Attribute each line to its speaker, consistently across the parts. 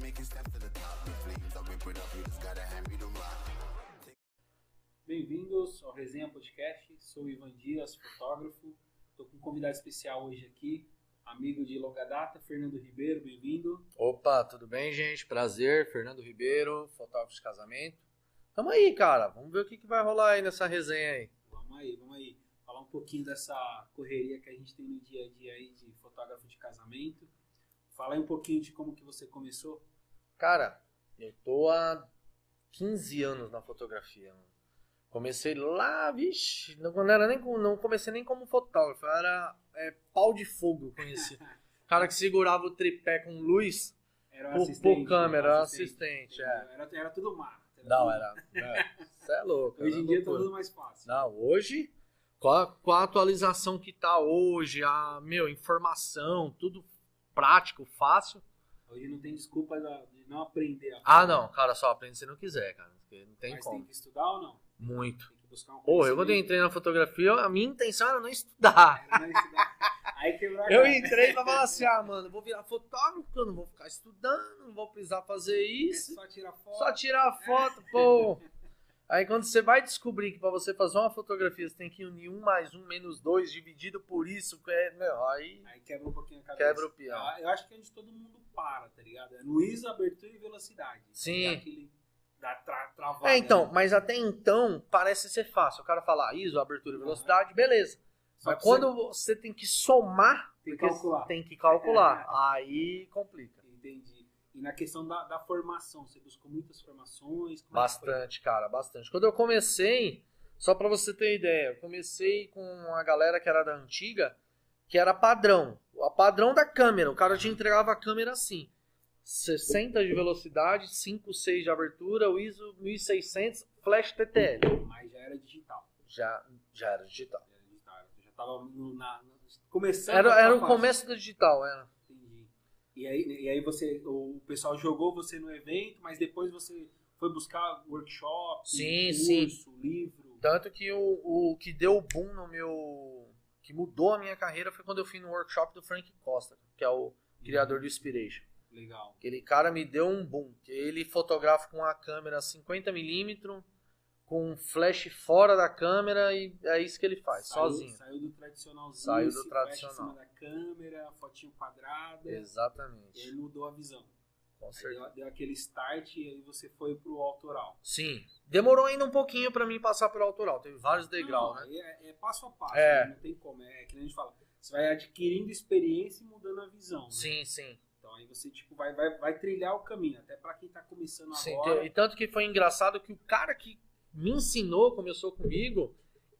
Speaker 1: taking steps to the top. The flames are ripping up, you just gotta hand me the rock.
Speaker 2: Bem-vindos ao Resenha Podcast. Sou o Ivan Dias, fotógrafo. Estou com um convidado especial hoje aqui, amigo de longa data, Fernando Ribeiro. Bem-vindo.
Speaker 3: Opa, tudo bem, gente? Prazer, Fernando Ribeiro, fotógrafo de casamento. Tamo aí, cara. Vamos ver o que, que vai rolar aí nessa resenha aí.
Speaker 2: Vamos aí, vamos aí. Falar um pouquinho dessa correria que a gente tem no dia a dia aí de fotógrafo de casamento. Falar aí um pouquinho de como que você começou.
Speaker 3: Cara, eu tô há 15 anos na fotografia, mano. Comecei lá, vixe, não, não era nem, com- não comecei nem como fotógrafo, eu era é, pau de fogo, eu conheci. cara que segurava o tripé com luz
Speaker 2: Era né?
Speaker 3: por, por câmera, era assistente, é.
Speaker 2: Era, era tudo mato.
Speaker 3: Não,
Speaker 2: tudo-
Speaker 3: era. Você é louco.
Speaker 2: Hoje
Speaker 3: era
Speaker 2: em dia tá
Speaker 3: loucura.
Speaker 2: tudo mais fácil.
Speaker 3: Não, hoje, com a, com a atualização que tá hoje, a, meu, informação, tudo prático, fácil.
Speaker 2: Hoje não tem desculpa da- de não aprender. A
Speaker 3: Ah, não, cara, só aprende se não quiser, cara. Porque não tem
Speaker 2: Mas
Speaker 3: como.
Speaker 2: tem que estudar ou não?
Speaker 3: Muito.
Speaker 2: Tem que buscar um
Speaker 3: Porra, eu quando eu
Speaker 2: conhecimento.
Speaker 3: entrei na fotografia, a minha intenção era não estudar.
Speaker 2: Era não estudar. Aí quebrou a
Speaker 3: Eu
Speaker 2: cara.
Speaker 3: entrei pra falar assim, ah, mano, eu vou virar fotógrafo, eu não vou ficar estudando, não vou precisar fazer
Speaker 2: É
Speaker 3: isso.
Speaker 2: só tirar foto.
Speaker 3: Só tirar a foto, pô. Aí quando você vai descobrir que pra você fazer uma fotografia, você tem que unir um mais um menos dois, dividido por isso, que é, meu, aí...
Speaker 2: Aí quebra um pouquinho a cabeça.
Speaker 3: Quebra o peão.
Speaker 2: Ah, Eu acho que é onde todo mundo para, tá ligado? É Luiz, abertura e velocidade.
Speaker 3: Sim.
Speaker 2: Dá aquele. Dá tra, travada.
Speaker 3: É, então,
Speaker 2: né?
Speaker 3: mas até então parece ser fácil. O cara fala ah, ISO, abertura e velocidade, beleza.
Speaker 2: Uhum. Só
Speaker 3: Mas
Speaker 2: que
Speaker 3: quando você tem que somar,
Speaker 2: Tem que
Speaker 3: porque
Speaker 2: calcular. É.
Speaker 3: tem que calcular. Aí complica.
Speaker 2: você- Entendi. E na questão da, da formação, você buscou muitas formações? Como é que foi?
Speaker 3: Bastante, cara, bastante. Quando eu comecei, só pra você ter ideia, eu comecei com a galera que era da antiga, que era padrão. A padrão da câmera. O cara te entregava a câmera assim. 60 de velocidade, 5, 6 de abertura, o ISO 1600, flash TTL.
Speaker 2: Mas já era digital.
Speaker 3: Já, já era digital.
Speaker 2: Já era digital. Eu já tava no, na, na- começando. a
Speaker 3: Era,
Speaker 2: ficar
Speaker 3: era um o
Speaker 2: tá fácil.
Speaker 3: começo do digital, era.
Speaker 2: Entendi. E aí, e aí você, o pessoal jogou você no evento, mas depois você foi buscar workshop,
Speaker 3: Sim,
Speaker 2: curso, livro.
Speaker 3: Tanto que o, o que deu o boom no meu. que mudou a minha carreira foi quando eu fui no workshop do Frank Costa, que é o criador do Inspiration.
Speaker 2: Legal.
Speaker 3: Aquele cara me deu um boom. que Ele fotografa com a câmera 50mm, com um flash fora da câmera, e é isso que ele faz,
Speaker 2: Saiu-
Speaker 3: sozinho.
Speaker 2: Saiu do tradicionalzinho.
Speaker 3: Saiu do
Speaker 2: se fecha
Speaker 3: tradicional.
Speaker 2: em cima da câmera, fotinho quadrada. E aí
Speaker 3: Exatamente.
Speaker 2: mudou a visão.
Speaker 3: Com
Speaker 2: Aí
Speaker 3: certeza.
Speaker 2: deu, deu aquele start e aí você foi pro autoral.
Speaker 3: Sim. Demorou ainda um pouquinho pra mim passar pelo autoral. Teve vários degraus,
Speaker 2: Não,
Speaker 3: né?
Speaker 2: aí É, é passo a passo,
Speaker 3: É.
Speaker 2: né? não tem como. É que nem a gente fala. Você vai adquirindo experiência e mudando a visão. né?
Speaker 3: Sim, sim.
Speaker 2: Então aí você tipo, vai, vai, vai trilhar o caminho. Até pra quem tá começando
Speaker 3: Sim,
Speaker 2: agora.
Speaker 3: e tanto que foi engraçado que o cara que me ensinou, começou comigo,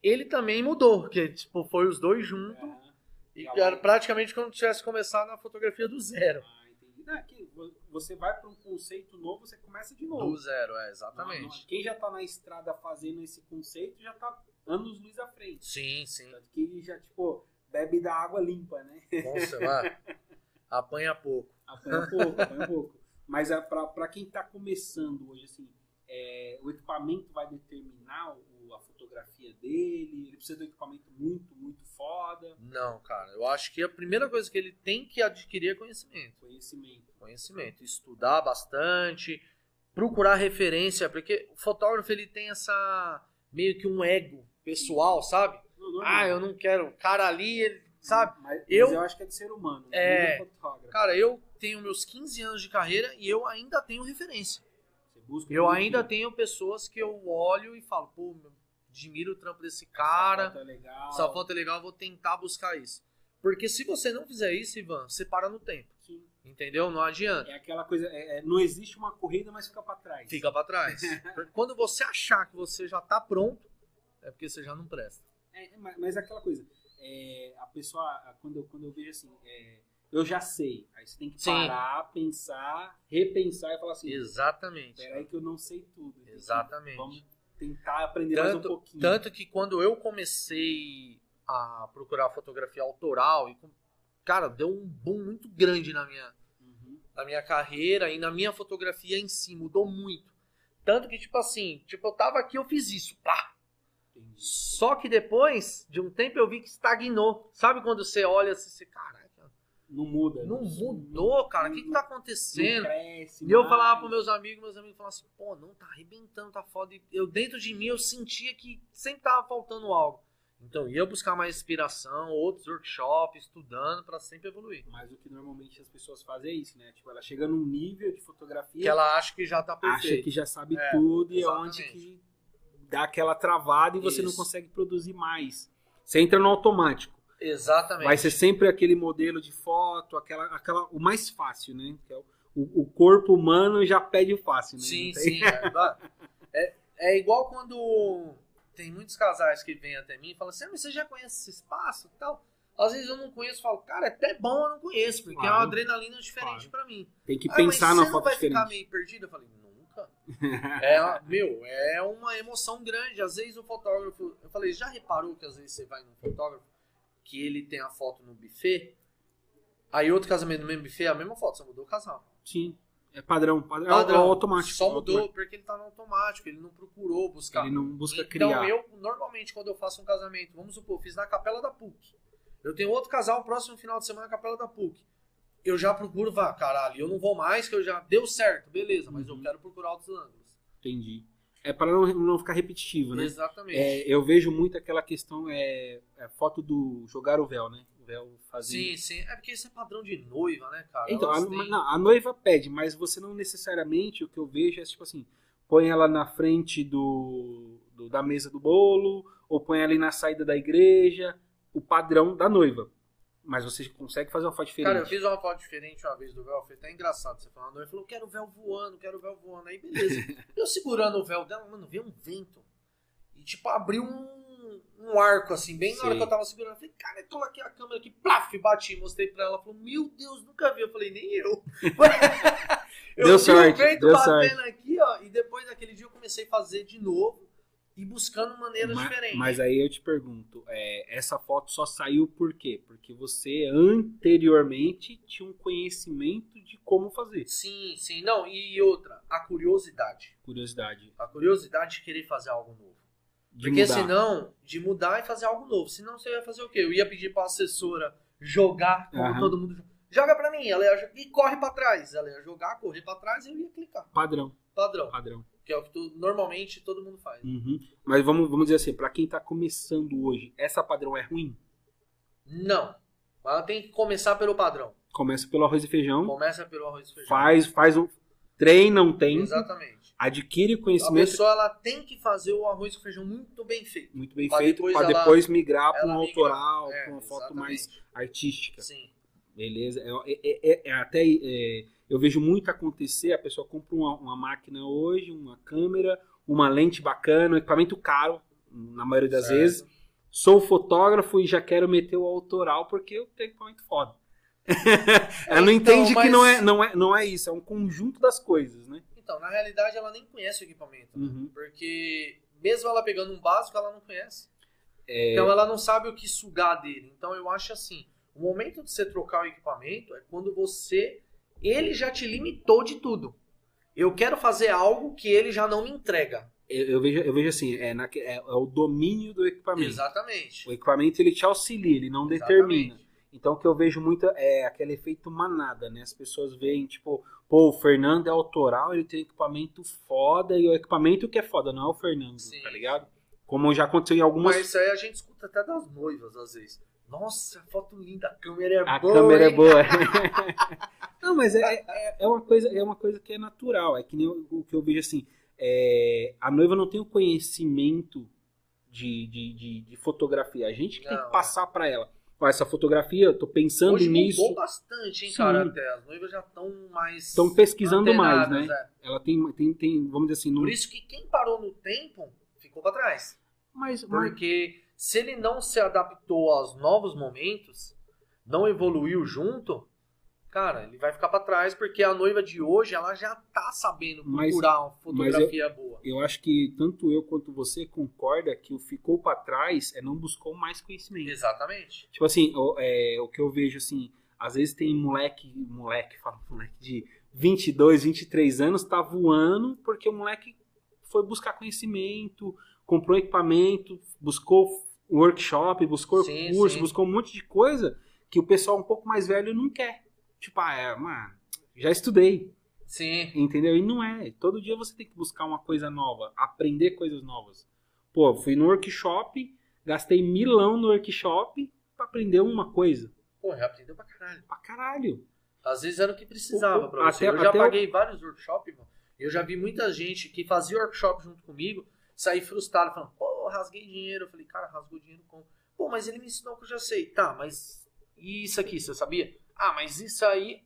Speaker 3: ele também mudou, porque tipo, foi os dois juntos
Speaker 2: Aham.
Speaker 3: e
Speaker 2: já
Speaker 3: era
Speaker 2: vai.
Speaker 3: praticamente como se tivesse começado na fotografia do zero.
Speaker 2: Ah, entendi. Não, é que vo- você vai para um conceito novo, você começa de novo.
Speaker 3: Do zero, é,
Speaker 2: Não, não,
Speaker 3: exatamente.
Speaker 2: quem já tá na estrada fazendo esse conceito já tá anos luz à frente.
Speaker 3: Sim, sim.
Speaker 2: Tanto que já, tipo, bebe da água limpa, né?
Speaker 3: Nossa, mano. Apanha pouco.
Speaker 2: Apanha um pouco, apanha um pouco. Mas para quem tá começando hoje, assim, é, o equipamento vai determinar o- a fotografia dele, ele precisa de um equipamento muito, muito foda,
Speaker 3: Não, cara. Eu acho que a primeira coisa que ele tem que adquirir é conhecimento.
Speaker 2: conhecimento.
Speaker 3: conhecimento, estudar bastante, procurar referência, porque o fotógrafo ele tem essa meio que um ego pessoal, sabe?
Speaker 2: Não, não é
Speaker 3: Ah,
Speaker 2: não.
Speaker 3: eu não quero, o cara ali, ele, sabe?
Speaker 2: Mas, mas
Speaker 3: eu-
Speaker 2: eu acho que é de ser humano, né?
Speaker 3: É.
Speaker 2: Não do fotógrafo.
Speaker 3: Cara, eu tenho meus 15 anos de carreira e eu ainda tenho referência.
Speaker 2: Você busca
Speaker 3: Eu
Speaker 2: tudo
Speaker 3: ainda
Speaker 2: que-
Speaker 3: tenho pessoas que eu olho e falo, pô, meu, admiro o trampo desse
Speaker 2: Essa
Speaker 3: cara,
Speaker 2: foto é legal.
Speaker 3: essa foto é legal, eu vou tentar buscar isso. Porque se você não fizer isso, Ivan, você para no tempo,
Speaker 2: Sim.
Speaker 3: entendeu? Não adianta.
Speaker 2: É aquela coisa, é- é, não existe uma corrida, mas fica pra trás.
Speaker 3: Fica pra trás. Porque Quando você achar que você já tá pronto, é porque você já não presta.
Speaker 2: É, é, mas, mas é aquela coisa, é, a pessoa, a- quando eu, quando eu vejo assim, é, eu já sei. Aí você tem que
Speaker 3: Sim.
Speaker 2: parar, pensar, repensar e falar assim,
Speaker 3: Exatamente.
Speaker 2: peraí que eu não sei tudo. Então,
Speaker 3: Exatamente.
Speaker 2: É, Vamos tentar aprender mais um
Speaker 3: Tanto,
Speaker 2: pouquinho.
Speaker 3: tanto que quando eu comecei a procurar fotografia autoral, e com- cara, deu um boom muito grande na minha,
Speaker 2: Uhum.
Speaker 3: na minha carreira e na minha fotografia em si, mudou muito. Tanto que, tipo assim, tipo, eu tava aqui, eu fiz isso, pá.
Speaker 2: Entendi.
Speaker 3: Só que depois de um tempo eu vi que estagnou. Sabe quando você olha assim, você, caraca,
Speaker 2: Não muda.
Speaker 3: Não mudou, cara. O que, que tá acontecendo?
Speaker 2: Não cresce
Speaker 3: E eu
Speaker 2: mais.
Speaker 3: falava pros meus amigos, meus amigos falavam assim, pô, não, tá arrebentando, tá foda. E eu dentro de mim eu sentia que sempre tava faltando algo. Então ia buscar mais inspiração, outros workshops, estudando pra sempre evoluir.
Speaker 2: Mas o que normalmente as pessoas fazem é isso, né? Tipo, ela chega num nível de fotografia,
Speaker 3: Que ela acha que já tá
Speaker 2: acha
Speaker 3: perfeito.
Speaker 2: que já sabe
Speaker 3: É,
Speaker 2: tudo e é
Speaker 3: exatamente.
Speaker 2: onde que dá aquela travada e você não
Speaker 3: Isso.
Speaker 2: consegue produzir mais. Você entra no automático.
Speaker 3: Exatamente.
Speaker 2: Vai ser sempre aquele modelo de foto, aquela, aquela, o mais fácil, né? Que é o, o corpo humano já pede o fácil, né?
Speaker 3: Sim,
Speaker 2: Não tem-
Speaker 3: sim. É, Dá- é, é igual quando tem muitos casais que vêm até mim e falam assim, "Ah, mas você já conhece esse espaço e tal? Às vezes eu não conheço, falo, cara, é até bom eu não conheço, porque é uma
Speaker 2: Claro.
Speaker 3: adrenalina diferente pra mim.
Speaker 2: Tem que
Speaker 3: Ah,
Speaker 2: pensar
Speaker 3: mas
Speaker 2: na
Speaker 3: você não
Speaker 2: foto
Speaker 3: vai ficar
Speaker 2: diferente.
Speaker 3: meio perdido? Eu falei, nunca. É, uma- meu, é uma emoção grande. Às vezes o fotógrafo. Eu falei, já reparou que às vezes você vai num fotógrafo que ele tem a foto no buffet? Aí outro casamento no mesmo buffet, a mesma foto, só mudou o casal.
Speaker 2: Sim. É padrão, padrão,
Speaker 3: Padrão,
Speaker 2: É automático.
Speaker 3: Só mudou porque ele tá no automático, ele não procurou buscar.
Speaker 2: Ele não busca
Speaker 3: então
Speaker 2: criar.
Speaker 3: eu, normalmente, quando eu faço um casamento, vamos supor, eu fiz na Capela da PUC. Eu tenho outro casal próximo final de semana na Capela da PUC. Eu já procuro, vá, caralho, eu não vou mais, que eu já deu certo, beleza, mas eu
Speaker 2: Uhum.
Speaker 3: quero procurar outros ângulos.
Speaker 2: Entendi. É para não, não ficar repetitivo, né?
Speaker 3: Exatamente.
Speaker 2: É, eu vejo muito aquela questão, é, é foto do jogar o véu, né? O véu fazer.
Speaker 3: sim, sim. É porque isso é padrão de noiva, né, cara?
Speaker 2: Então, a,
Speaker 3: Elas têm-
Speaker 2: não, a noiva pede, mas você não necessariamente, o que eu vejo é tipo assim, põe ela na frente do, do- da mesa do bolo, ou põe ela ali na saída da igreja, o padrão da noiva. Mas você consegue fazer uma foto diferente.
Speaker 3: Cara, eu fiz uma foto diferente uma vez do véu, foi até engraçado. Você falando, ele falou, quero o véu voando, quero o véu voando. Aí, beleza. eu segurando o véu dela, mano, veio um vento. E, tipo, abriu um, um arco, assim, bem na hora
Speaker 2: Sei.
Speaker 3: que eu tava segurando. Eu falei, cara, eu coloquei a câmera aqui, plaf, bati, mostrei pra ela. Ela falou, meu Deus, nunca vi. Eu falei, nem eu. eu
Speaker 2: Deu
Speaker 3: vi
Speaker 2: sorte,
Speaker 3: o vento
Speaker 2: deu
Speaker 3: batendo aqui, ó. E depois daquele dia eu comecei a fazer de novo e buscando maneiras
Speaker 2: Ma-
Speaker 3: diferentes.
Speaker 2: Mas aí eu te pergunto, é, essa foto só saiu por quê? Porque você anteriormente tinha um conhecimento de como fazer.
Speaker 3: Sim, sim. Não, e outra, a curiosidade.
Speaker 2: Curiosidade.
Speaker 3: A curiosidade de querer fazer algo novo.
Speaker 2: De
Speaker 3: Porque
Speaker 2: mudar.
Speaker 3: senão, de mudar e fazer algo novo. Senão você ia fazer o quê? Eu ia pedir pra assessora jogar, como
Speaker 2: Aham.
Speaker 3: todo mundo joga. Joga pra mim, ela ia jogar e corre pra trás. Ela ia jogar, correr pra trás e eu ia clicar.
Speaker 2: Padrão,
Speaker 3: Padrão.
Speaker 2: padrão.
Speaker 3: Que é o que tu- normalmente todo mundo faz.
Speaker 2: Uhum. Mas vamos, vamos dizer assim, pra quem tá começando hoje, essa padrão é ruim?
Speaker 3: Não. Ela tem que começar pelo padrão.
Speaker 2: Começa pelo arroz e feijão,
Speaker 3: Começa pelo arroz e feijão.
Speaker 2: faz, faz um... Treina um tempo,
Speaker 3: Exatamente.
Speaker 2: adquire
Speaker 3: A
Speaker 2: conhecimento
Speaker 3: pessoa ela tem que fazer o arroz e feijão muito bem feito.
Speaker 2: muito bem
Speaker 3: pra
Speaker 2: feito,
Speaker 3: depois
Speaker 2: pra
Speaker 3: ela-
Speaker 2: depois migrar pra um
Speaker 3: ela migra-
Speaker 2: autoral,
Speaker 3: É,
Speaker 2: pra uma foto mais
Speaker 3: exatamente.
Speaker 2: artística.
Speaker 3: Sim.
Speaker 2: Beleza. É, é- é- é até é, eu vejo muito acontecer, a pessoa compra uma, uma máquina hoje, uma câmera, uma lente bacana, um equipamento caro, na maioria das
Speaker 3: Certo.
Speaker 2: vezes. Sou fotógrafo e já quero meter o autoral porque eu tenho equipamento foda. Ela não
Speaker 3: Então,
Speaker 2: entende que
Speaker 3: mas-
Speaker 2: não é, não, é, não é isso, é um conjunto das coisas, né?
Speaker 3: Então, na realidade, ela nem conhece o equipamento. né?
Speaker 2: Uhum.
Speaker 3: Porque mesmo ela pegando um básico, ela não conhece.
Speaker 2: É.
Speaker 3: Então ela não sabe o que sugar dele. Então eu acho assim, o momento de você trocar o equipamento é quando você ele já te limitou de tudo. Eu quero fazer algo que ele já não me entrega.
Speaker 2: Eu, eu vejo, eu vejo assim, é, na- é- é o domínio do equipamento.
Speaker 3: Exatamente.
Speaker 2: O equipamento ele te auxilia, ele não determina.
Speaker 3: Exatamente.
Speaker 2: Então, o que eu vejo muito é aquele efeito manada, né? As pessoas veem, tipo, pô, o Fernando é autoral, ele tem equipamento foda, e o equipamento que é foda não é o Fernando,
Speaker 3: Sim.
Speaker 2: tá ligado? Como já aconteceu em algumas...
Speaker 3: Mas isso aí a gente escuta até das noivas às vezes. Nossa, foto linda, a câmera é
Speaker 2: a
Speaker 3: boa.
Speaker 2: câmera é
Speaker 3: hein?
Speaker 2: boa. não, mas é, é, é uma coisa, é uma coisa que é natural, é que nem o, o que eu vejo assim, é, a noiva não tem o conhecimento de, de, de, de fotografia, a gente que tem
Speaker 3: Não,
Speaker 2: que
Speaker 3: é.
Speaker 2: passar pra ela. Ó, essa fotografia, eu tô pensando
Speaker 3: Hoje
Speaker 2: nisso,
Speaker 3: mudou bastante, hein,
Speaker 2: Sim.
Speaker 3: cara, até. As noivas já estão mais
Speaker 2: estão pesquisando mais, né?
Speaker 3: antenadas, é.
Speaker 2: Ela tem, tem, tem vamos dizer assim, não-
Speaker 3: Por isso que quem parou no tempo ficou pra trás.
Speaker 2: mas, mas
Speaker 3: Porque se ele não se adaptou aos novos momentos, não evoluiu junto, cara, ele vai ficar pra trás porque a noiva de hoje, ela já tá sabendo
Speaker 2: Mas-
Speaker 3: procurar uma fotografia boa.
Speaker 2: eu acho que tanto eu quanto você concorda que o ficou pra trás é não buscou mais conhecimento.
Speaker 3: Exatamente.
Speaker 2: Tipo assim, o, é, o que eu vejo assim, às vezes tem moleque, moleque, fala moleque de 22, 23 anos tá voando porque o moleque foi buscar conhecimento, comprou equipamento, buscou workshop, buscou
Speaker 3: Sim,
Speaker 2: curso,
Speaker 3: sim.
Speaker 2: buscou um monte de coisa que o pessoal um pouco mais velho não quer. Tipo, ah, é, mano, já estudei,
Speaker 3: Sim.
Speaker 2: entendeu? E não é. Todo dia você tem que buscar uma coisa nova, aprender coisas novas. Pô, fui no workshop, gastei milão no workshop pra aprender uma coisa.
Speaker 3: Pô, já aprendeu pra caralho.
Speaker 2: Pra caralho.
Speaker 3: Às vezes era o que precisava
Speaker 2: O- o-
Speaker 3: pra você.
Speaker 2: até-
Speaker 3: eu já
Speaker 2: até o-
Speaker 3: paguei vários workshops, mano. Eu já vi muita gente que fazia workshop junto comigo sair frustrado, falando, pô, rasguei dinheiro. Eu falei, cara, rasgou dinheiro como? Pô, mas ele me ensinou que eu já sei. Tá, mas e isso aqui, você sabia? Ah, mas isso aí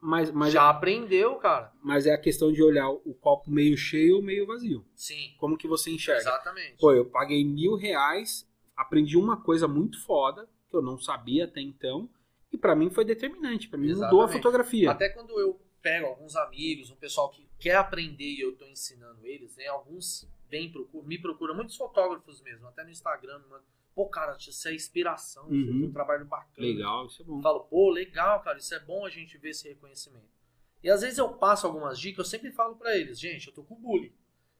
Speaker 2: Mas, mas,
Speaker 3: já aprendeu, cara.
Speaker 2: mas é a questão de olhar o copo meio cheio ou meio vazio.
Speaker 3: Sim,
Speaker 2: Como que você enxerga?
Speaker 3: exatamente.
Speaker 2: Pô, eu paguei mil reais, aprendi uma coisa muito foda, que eu não sabia até então, e pra mim foi determinante, Pra mim mudou a
Speaker 3: Exatamente.
Speaker 2: fotografia.
Speaker 3: Até quando eu pego alguns amigos, um pessoal que quer aprender e eu tô ensinando eles, né? Alguns vêm procuram, me procuram, muitos fotógrafos mesmo, até no Instagram, me mandam, Pô, cara, isso é inspiração, isso
Speaker 2: Uhum.
Speaker 3: é um trabalho bacana.
Speaker 2: Legal, isso é bom.
Speaker 3: Eu falo, pô, legal, cara, isso é bom a gente ver esse reconhecimento. E às vezes eu passo algumas dicas, eu sempre falo pra eles, gente, eu tô com bullying.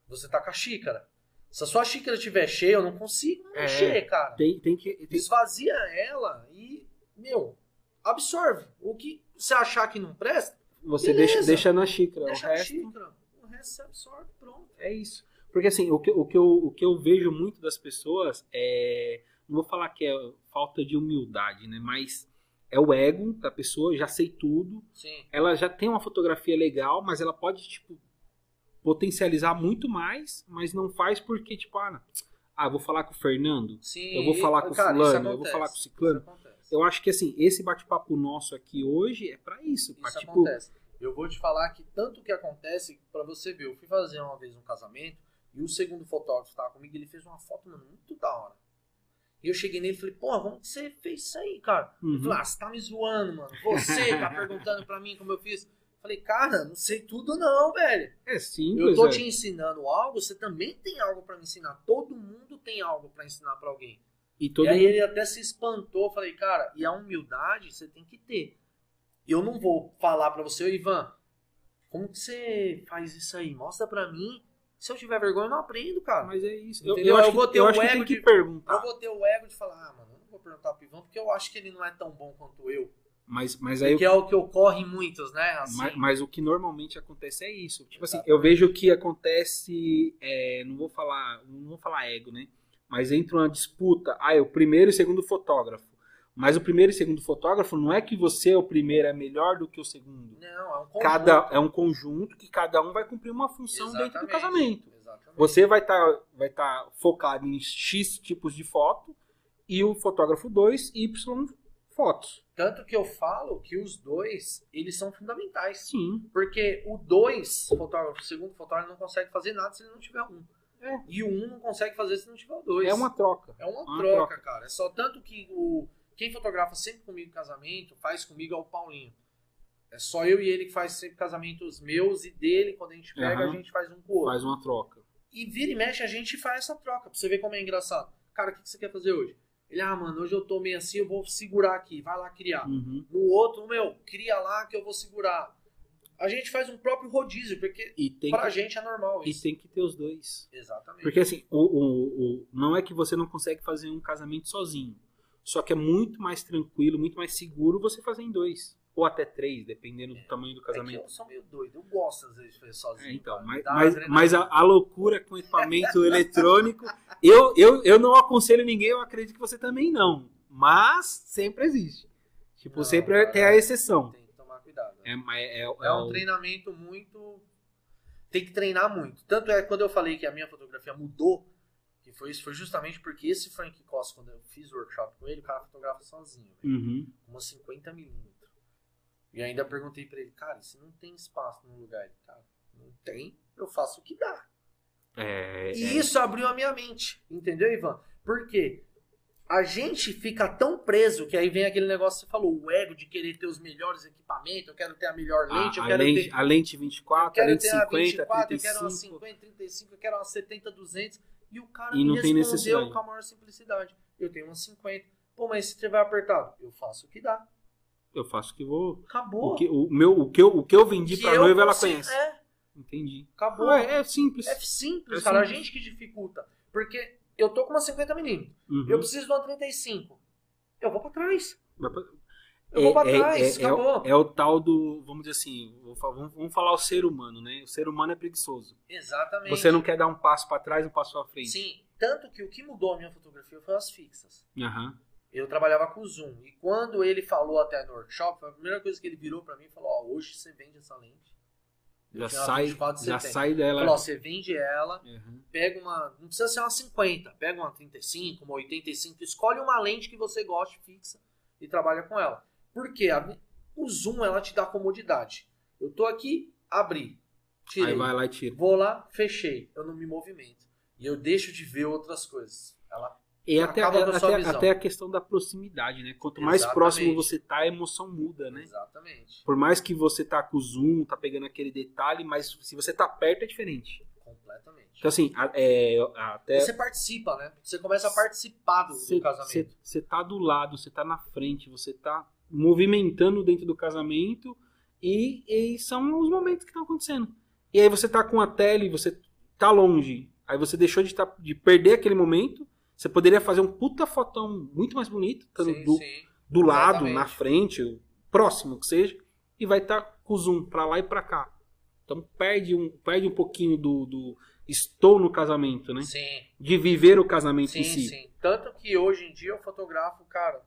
Speaker 3: Você tá com a xícara. Se a sua xícara estiver cheia, eu não consigo
Speaker 2: É.
Speaker 3: mexer, cara.
Speaker 2: Tem, tem que. tem-
Speaker 3: Esvazia ela e, meu, absorve. O que você achar que não presta,
Speaker 2: você
Speaker 3: Beleza.
Speaker 2: deixa, deixa na xícara. É
Speaker 3: deixa
Speaker 2: o
Speaker 3: na
Speaker 2: resto
Speaker 3: xícara. É O resto você absorve, pronto.
Speaker 2: é isso. Porque assim, o que, o, que eu, o que eu vejo muito das pessoas é. Não vou falar que é falta de humildade, né? Mas é o ego da pessoa, já sei tudo.
Speaker 3: Sim.
Speaker 2: Ela já tem uma fotografia legal, mas ela pode, tipo, potencializar muito mais, mas não faz porque, tipo, ah, não. ah vou falar com o Fernando.
Speaker 3: Sim.
Speaker 2: Eu vou falar com
Speaker 3: cara, isso
Speaker 2: fulano, eu vou
Speaker 3: acontece,
Speaker 2: falar com ciclano.
Speaker 3: Isso acontece.
Speaker 2: Eu acho que assim, esse bate-papo nosso aqui hoje é pra isso. Pra,
Speaker 3: Isso
Speaker 2: tipo,
Speaker 3: acontece. Eu vou te falar que tanto que acontece, pra você ver, eu fui fazer uma vez um casamento e o segundo fotógrafo que tava comigo, ele fez uma foto, mano, muito da hora. E eu cheguei nele e falei, porra, como que você fez isso aí, cara?
Speaker 2: uhum.
Speaker 3: Ele falou, ah, você tá me zoando, mano. Você tá perguntando pra mim como eu fiz. Eu Falei, cara, não sei tudo não, velho.
Speaker 2: é simples.
Speaker 3: Eu tô
Speaker 2: é.
Speaker 3: te ensinando algo, você também tem algo pra me ensinar. Todo mundo tem algo pra ensinar pra alguém
Speaker 2: E todo
Speaker 3: e aí ele até se espantou, eu falei, cara, e a humildade você tem que ter. Eu não vou falar pra você, "Ô, Ivan, como que você faz isso aí? Mostra pra mim. Se eu tiver vergonha, eu não aprendo, cara.
Speaker 2: Mas é isso.
Speaker 3: Entendeu? Eu
Speaker 2: que-
Speaker 3: vou ter
Speaker 2: eu
Speaker 3: o
Speaker 2: acho que
Speaker 3: ego
Speaker 2: tem que
Speaker 3: de-
Speaker 2: perguntar.
Speaker 3: Eu vou ter o ego de falar, ah, mano, eu não vou perguntar pro Ivan, porque eu acho que ele não é tão bom quanto eu.
Speaker 2: Mas, mas aí
Speaker 3: Que
Speaker 2: o-
Speaker 3: é o que ocorre em muitos, né? Assim,
Speaker 2: mas, mas o que normalmente acontece é isso. Tipo assim,
Speaker 3: Exato.
Speaker 2: eu vejo que acontece, é, não vou falar, não vou falar ego, né? Mas entra uma disputa, ah, é o primeiro e segundo fotógrafo. Mas o primeiro e segundo fotógrafo não é que você é o primeiro é melhor do que o segundo.
Speaker 3: não, é um conjunto.
Speaker 2: Cada é um conjunto que cada um vai cumprir uma função dentro do
Speaker 3: Exatamente,
Speaker 2: casamento.
Speaker 3: Exatamente.
Speaker 2: Você vai estar vai tá focado em X tipos de foto e o fotógrafo 2, Y fotos.
Speaker 3: Tanto que eu falo que os dois, eles são fundamentais.
Speaker 2: Sim.
Speaker 3: Porque o 2, fotógrafo, o segundo fotógrafo, não consegue fazer nada se ele não tiver um.
Speaker 2: É.
Speaker 3: E o 1 um não consegue fazer se não tiver o 2.
Speaker 2: É uma troca.
Speaker 3: é uma
Speaker 2: uma
Speaker 3: troca, cara. É só tanto que o quem fotografa sempre comigo casamento, faz comigo é o Paulinho. É só eu e ele que faz sempre casamentos meus e dele. Quando a gente pega,
Speaker 2: Aham.
Speaker 3: a gente faz um com o outro.
Speaker 2: Faz uma troca.
Speaker 3: E vira e mexe, a gente faz essa troca. Pra você ver como é engraçado. Cara, o que que você quer fazer hoje? Ele, ah, mano, hoje eu tô meio assim, eu vou segurar aqui. Vai lá criar.
Speaker 2: Uhum.
Speaker 3: No outro, meu, cria lá que eu vou segurar. A gente faz um próprio rodízio, porque
Speaker 2: E tem,
Speaker 3: pra
Speaker 2: que,
Speaker 3: gente é normal
Speaker 2: e
Speaker 3: isso.
Speaker 2: tem que ter os dois.
Speaker 3: Exatamente.
Speaker 2: Porque assim, o, o, o- não é que você não consegue fazer um casamento sozinho. Só que é muito mais tranquilo, muito mais seguro você fazer em dois. Ou até três, dependendo do tamanho do
Speaker 3: É que eu
Speaker 2: casamento.
Speaker 3: sou meio doido, eu gosto às vezes de fazer sozinho.
Speaker 2: É, então,
Speaker 3: cara.
Speaker 2: mas,
Speaker 3: Dá
Speaker 2: mas,
Speaker 3: adrenalina.
Speaker 2: mas a, a loucura com equipamento eletrônico, eu, eu, eu não aconselho ninguém, eu acredito que você também não. Mas sempre existe. Tipo,
Speaker 3: Não,
Speaker 2: sempre
Speaker 3: cara.
Speaker 2: tem a exceção.
Speaker 3: Tem que tomar cuidado. né?
Speaker 2: Então. É, mas é, é,
Speaker 3: É, um
Speaker 2: o-
Speaker 3: treinamento muito. Tem que treinar muito. Tanto é que quando eu falei que a minha fotografia mudou, que foi isso, foi justamente porque esse Frank Costa, quando eu fiz o workshop com ele, o cara fotografa sozinho, velho.
Speaker 2: Uhum.
Speaker 3: uma 50 milímetros. E ainda perguntei pra ele, cara, e se não tem espaço no lugar? Ele, cara, não tem, eu faço o que dá.
Speaker 2: É, é.
Speaker 3: E isso abriu a minha mente, entendeu, Ivan? Porque a gente fica tão preso que aí vem aquele negócio que você falou, o ego de querer ter os melhores equipamentos, eu quero ter a melhor
Speaker 2: A,
Speaker 3: lente, eu
Speaker 2: Ah, a
Speaker 3: quero
Speaker 2: lente,
Speaker 3: ter...
Speaker 2: a lente 24, a
Speaker 3: Quero
Speaker 2: lente
Speaker 3: ter uma
Speaker 2: 50,
Speaker 3: 24, eu quero uma
Speaker 2: 35.
Speaker 3: 50, 35, eu quero uma 70, 200. E o cara
Speaker 2: E
Speaker 3: me
Speaker 2: não tem
Speaker 3: respondeu
Speaker 2: necessidade.
Speaker 3: com a maior simplicidade. Eu tenho uma 50. Pô, mas se tiver apertado, eu faço o que dá.
Speaker 2: Eu faço o que vou.
Speaker 3: Acabou.
Speaker 2: O que, o, meu, o, que eu, o que eu vendi
Speaker 3: Que
Speaker 2: pra
Speaker 3: eu
Speaker 2: noiva, ela
Speaker 3: consigo-
Speaker 2: conhece.
Speaker 3: É,
Speaker 2: Entendi.
Speaker 3: acabou.
Speaker 2: Ah,
Speaker 3: é,
Speaker 2: é, é simples.
Speaker 3: simples,
Speaker 2: É
Speaker 3: cara. A
Speaker 2: simples.
Speaker 3: gente que dificulta. Porque eu tô com uma 50 milímetros.
Speaker 2: Uhum.
Speaker 3: Eu preciso de uma 35. Eu vou pra trás.
Speaker 2: Vai pra-
Speaker 3: Eu vou pra trás,
Speaker 2: é, o-
Speaker 3: acabou.
Speaker 2: é o tal do, vamos dizer assim, vou fa- vamos, vamos falar o ser humano, né? O ser humano é preguiçoso.
Speaker 3: Exatamente.
Speaker 2: Você não quer dar um passo pra trás, um passo pra frente.
Speaker 3: Sim, tanto que o que mudou a minha fotografia foi as fixas.
Speaker 2: Aham.
Speaker 3: Eu trabalhava com zoom. E quando ele falou até no workshop, foi a primeira coisa que ele virou pra mim e falou: Ó, hoje você vende essa lente.
Speaker 2: Já
Speaker 3: tinha uma
Speaker 2: sai,
Speaker 3: 24 de
Speaker 2: já
Speaker 3: setembro.
Speaker 2: sai
Speaker 3: Ele
Speaker 2: dela.
Speaker 3: Falou: Ó, você vende ela,
Speaker 2: Aham.
Speaker 3: pega uma. Não precisa ser uma 50, pega uma 35, uma 85, escolhe uma lente que você goste fixa e trabalha com ela. Porque a, o zoom ela te dá comodidade. Eu tô aqui, abri. Tirei.
Speaker 2: Aí vai lá e tira.
Speaker 3: Vou lá, fechei. Eu não me movimento. E eu deixo de ver outras coisas. Ela
Speaker 2: E até,
Speaker 3: Acaba com a
Speaker 2: até-
Speaker 3: sua visão.
Speaker 2: até a questão da proximidade, né? Quanto mais
Speaker 3: Exatamente.
Speaker 2: próximo você tá, a emoção muda, né?
Speaker 3: Exatamente.
Speaker 2: Por mais que você tá com o zoom, tá pegando aquele detalhe, mas se você tá perto é diferente.
Speaker 3: Completamente.
Speaker 2: Então assim, a- é, a- até
Speaker 3: Você participa, né? Você começa a participar do, do casamento.
Speaker 2: Você tá do lado, você tá na frente, você tá movimentando dentro do casamento e, e são os momentos que estão acontecendo. E aí você tá com a tele, você tá longe, aí você deixou de, tá- de perder aquele momento. Você poderia fazer um puta fotão muito mais bonito, estando
Speaker 3: Sim,
Speaker 2: do,
Speaker 3: sim.
Speaker 2: do lado,
Speaker 3: exatamente.
Speaker 2: na frente, o próximo que seja, e vai estar com o zoom pra lá e pra cá. Então perde um, perde um pouquinho do, do estou no casamento, né?
Speaker 3: Sim,
Speaker 2: De viver o casamento
Speaker 3: sim,
Speaker 2: em si.
Speaker 3: sim. Tanto que hoje em dia eu fotografo, cara,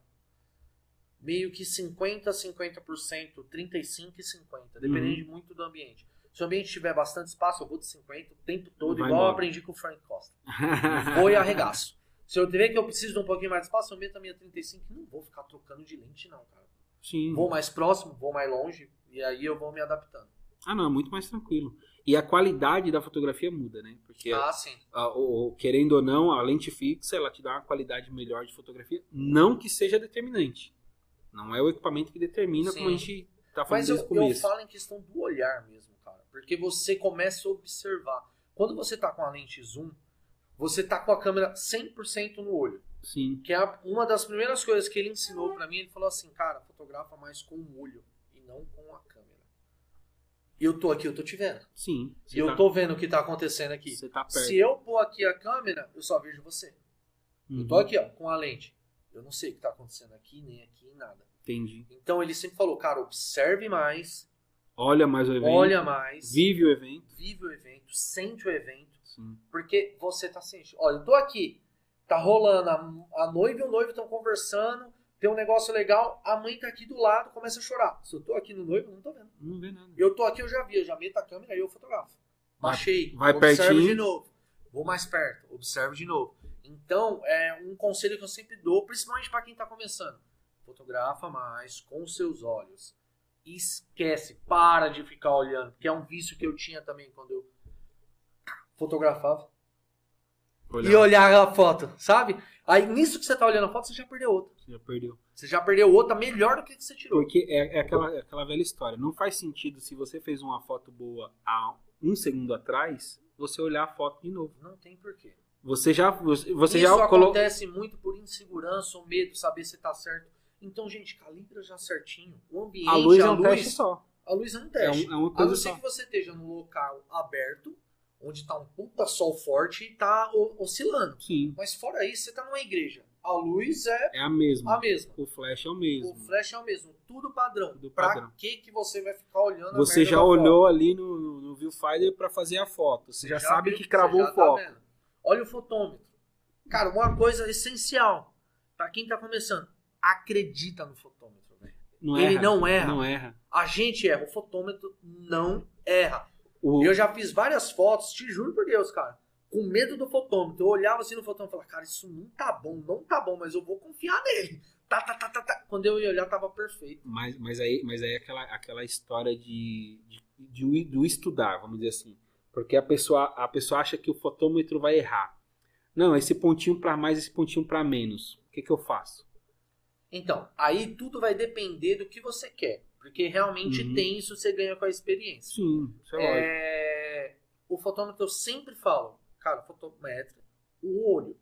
Speaker 3: meio que 50, 50%, 35 e 50, dependendo
Speaker 2: Uhum.
Speaker 3: de muito do ambiente. Se o ambiente tiver bastante espaço, eu vou de 50 o tempo todo,
Speaker 2: Vai
Speaker 3: igual eu
Speaker 2: embora.
Speaker 3: aprendi com o Frank Costa. vou e arregaço. Se eu tiver que eu preciso de um pouquinho mais de espaço, eu meto a minha 35 e não vou ficar trocando de lente, não, cara.
Speaker 2: Sim.
Speaker 3: Vou mais próximo, vou mais longe, e aí eu vou me adaptando.
Speaker 2: Ah, não, é muito mais tranquilo. E a qualidade da fotografia muda, né? Porque,
Speaker 3: Ah, sim.
Speaker 2: a- o- o- querendo ou não, a lente fixa, ela te dá uma qualidade melhor de fotografia. Não que seja determinante. Não é o equipamento que determina
Speaker 3: Sim.
Speaker 2: como a gente tá falando
Speaker 3: Mas eu,
Speaker 2: desde o
Speaker 3: eu
Speaker 2: começo.
Speaker 3: falo em questão do olhar mesmo, cara. Porque você começa a observar. Quando você tá com a lente zoom, você tá com a câmera 100% no olho.
Speaker 2: Sim.
Speaker 3: Que é a- uma das primeiras coisas que ele ensinou pra mim. Ele falou assim, cara, fotografa mais com o olho e não com a câmera. E eu tô aqui, eu tô te vendo.
Speaker 2: Sim.
Speaker 3: e eu tô vendo o que tá acontecendo aqui.
Speaker 2: Você tá perto.
Speaker 3: Se eu pôr aqui a câmera, eu só vejo você. Eu tô
Speaker 2: Uhum,
Speaker 3: aqui, ó, com a lente. Eu não sei o que tá acontecendo aqui, nem aqui, nem nada.
Speaker 2: Entendi.
Speaker 3: Então ele sempre falou, cara, observe mais,
Speaker 2: Olha mais o evento.
Speaker 3: olha mais,
Speaker 2: Vive o evento.
Speaker 3: vive o evento, sente o evento,
Speaker 2: Sim.
Speaker 3: porque você tá sentindo. Olha, eu tô aqui, tá rolando, a, a noiva e o noivo estão conversando, tem um negócio legal, a mãe tá aqui do lado, começa a chorar. Se eu tô aqui no noivo, eu não tô vendo.
Speaker 2: Não vê nada.
Speaker 3: Eu tô aqui, eu já vi, eu já meto a câmera e eu fotografo.
Speaker 2: Vai-
Speaker 3: Baixei,
Speaker 2: vai
Speaker 3: observo
Speaker 2: pertinho.
Speaker 3: de novo. Vou mais perto, observo de novo. Então, é um conselho que eu sempre dou, principalmente pra quem tá começando. Fotografa mais com os seus olhos. Esquece, para de ficar olhando, que é um vício que eu tinha também quando eu fotografava.
Speaker 2: Olha,
Speaker 3: E olhava a foto, sabe? Aí nisso que você tá olhando a foto, você já perdeu outra.
Speaker 2: você já perdeu.
Speaker 3: Você já perdeu outra melhor do que que você tirou.
Speaker 2: Porque é, é aquela, é aquela velha história. Não faz sentido se você fez uma foto boa há um segundo atrás, você olhar a foto de novo.
Speaker 3: Não tem porquê.
Speaker 2: Você já, você você
Speaker 3: Isso
Speaker 2: já colocou.
Speaker 3: acontece muito por insegurança ou medo, saber se tá certo. Então, gente, calibra já certinho. O ambiente,
Speaker 2: A luz
Speaker 3: a
Speaker 2: é um teste
Speaker 3: luz,
Speaker 2: só.
Speaker 3: a luz é um
Speaker 2: É,
Speaker 3: teste.
Speaker 2: um- é uma
Speaker 3: a
Speaker 2: coisa
Speaker 3: não ser
Speaker 2: só.
Speaker 3: que você esteja num local aberto, onde tá um puta sol forte e tá o- oscilando.
Speaker 2: Sim,
Speaker 3: Mas fora isso, você tá numa igreja. A luz é
Speaker 2: é a mesma.
Speaker 3: a mesma.
Speaker 2: O flash é o
Speaker 3: O
Speaker 2: mesmo.
Speaker 3: flash é o mesmo, tudo padrão.
Speaker 2: Tudo
Speaker 3: Pra
Speaker 2: padrão.
Speaker 3: que que você vai ficar olhando é a
Speaker 2: Você
Speaker 3: merda
Speaker 2: já
Speaker 3: da foto?
Speaker 2: olhou ali no, no, no viewfinder pra fazer a foto. Você já, sabe
Speaker 3: viu,
Speaker 2: que cravou
Speaker 3: você
Speaker 2: o
Speaker 3: já tá
Speaker 2: foco.
Speaker 3: vendo. Olha o fotômetro. Cara, uma coisa essencial para quem tá começando, acredita no fotômetro, velho.
Speaker 2: não
Speaker 3: Ele
Speaker 2: erra.
Speaker 3: não erra.
Speaker 2: Não erra.
Speaker 3: A gente erra, o fotômetro não erra.
Speaker 2: O-
Speaker 3: Eu já fiz várias fotos, te juro por Deus, cara, com medo do fotômetro. Eu olhava assim no fotômetro e falava, cara, isso não tá bom, não tá bom, mas eu vou confiar nele. Tá, tá, tá, tá, tá. Quando eu ia olhar, tava perfeito.
Speaker 2: Mas, mas aí, mas aí é aquela, aquela história de, de, de o- do estudar, vamos dizer assim. Porque a pessoa, a pessoa acha que o fotômetro vai errar. Não, esse pontinho para mais, esse pontinho para menos. O que, que eu faço?
Speaker 3: Então, aí tudo vai depender do que você quer. Porque realmente
Speaker 2: Uhum.
Speaker 3: tem isso, você ganha com a experiência.
Speaker 2: Sim, isso é, lógico.
Speaker 3: É, o fotômetro eu sempre falo, cara, fotométrico, o olho,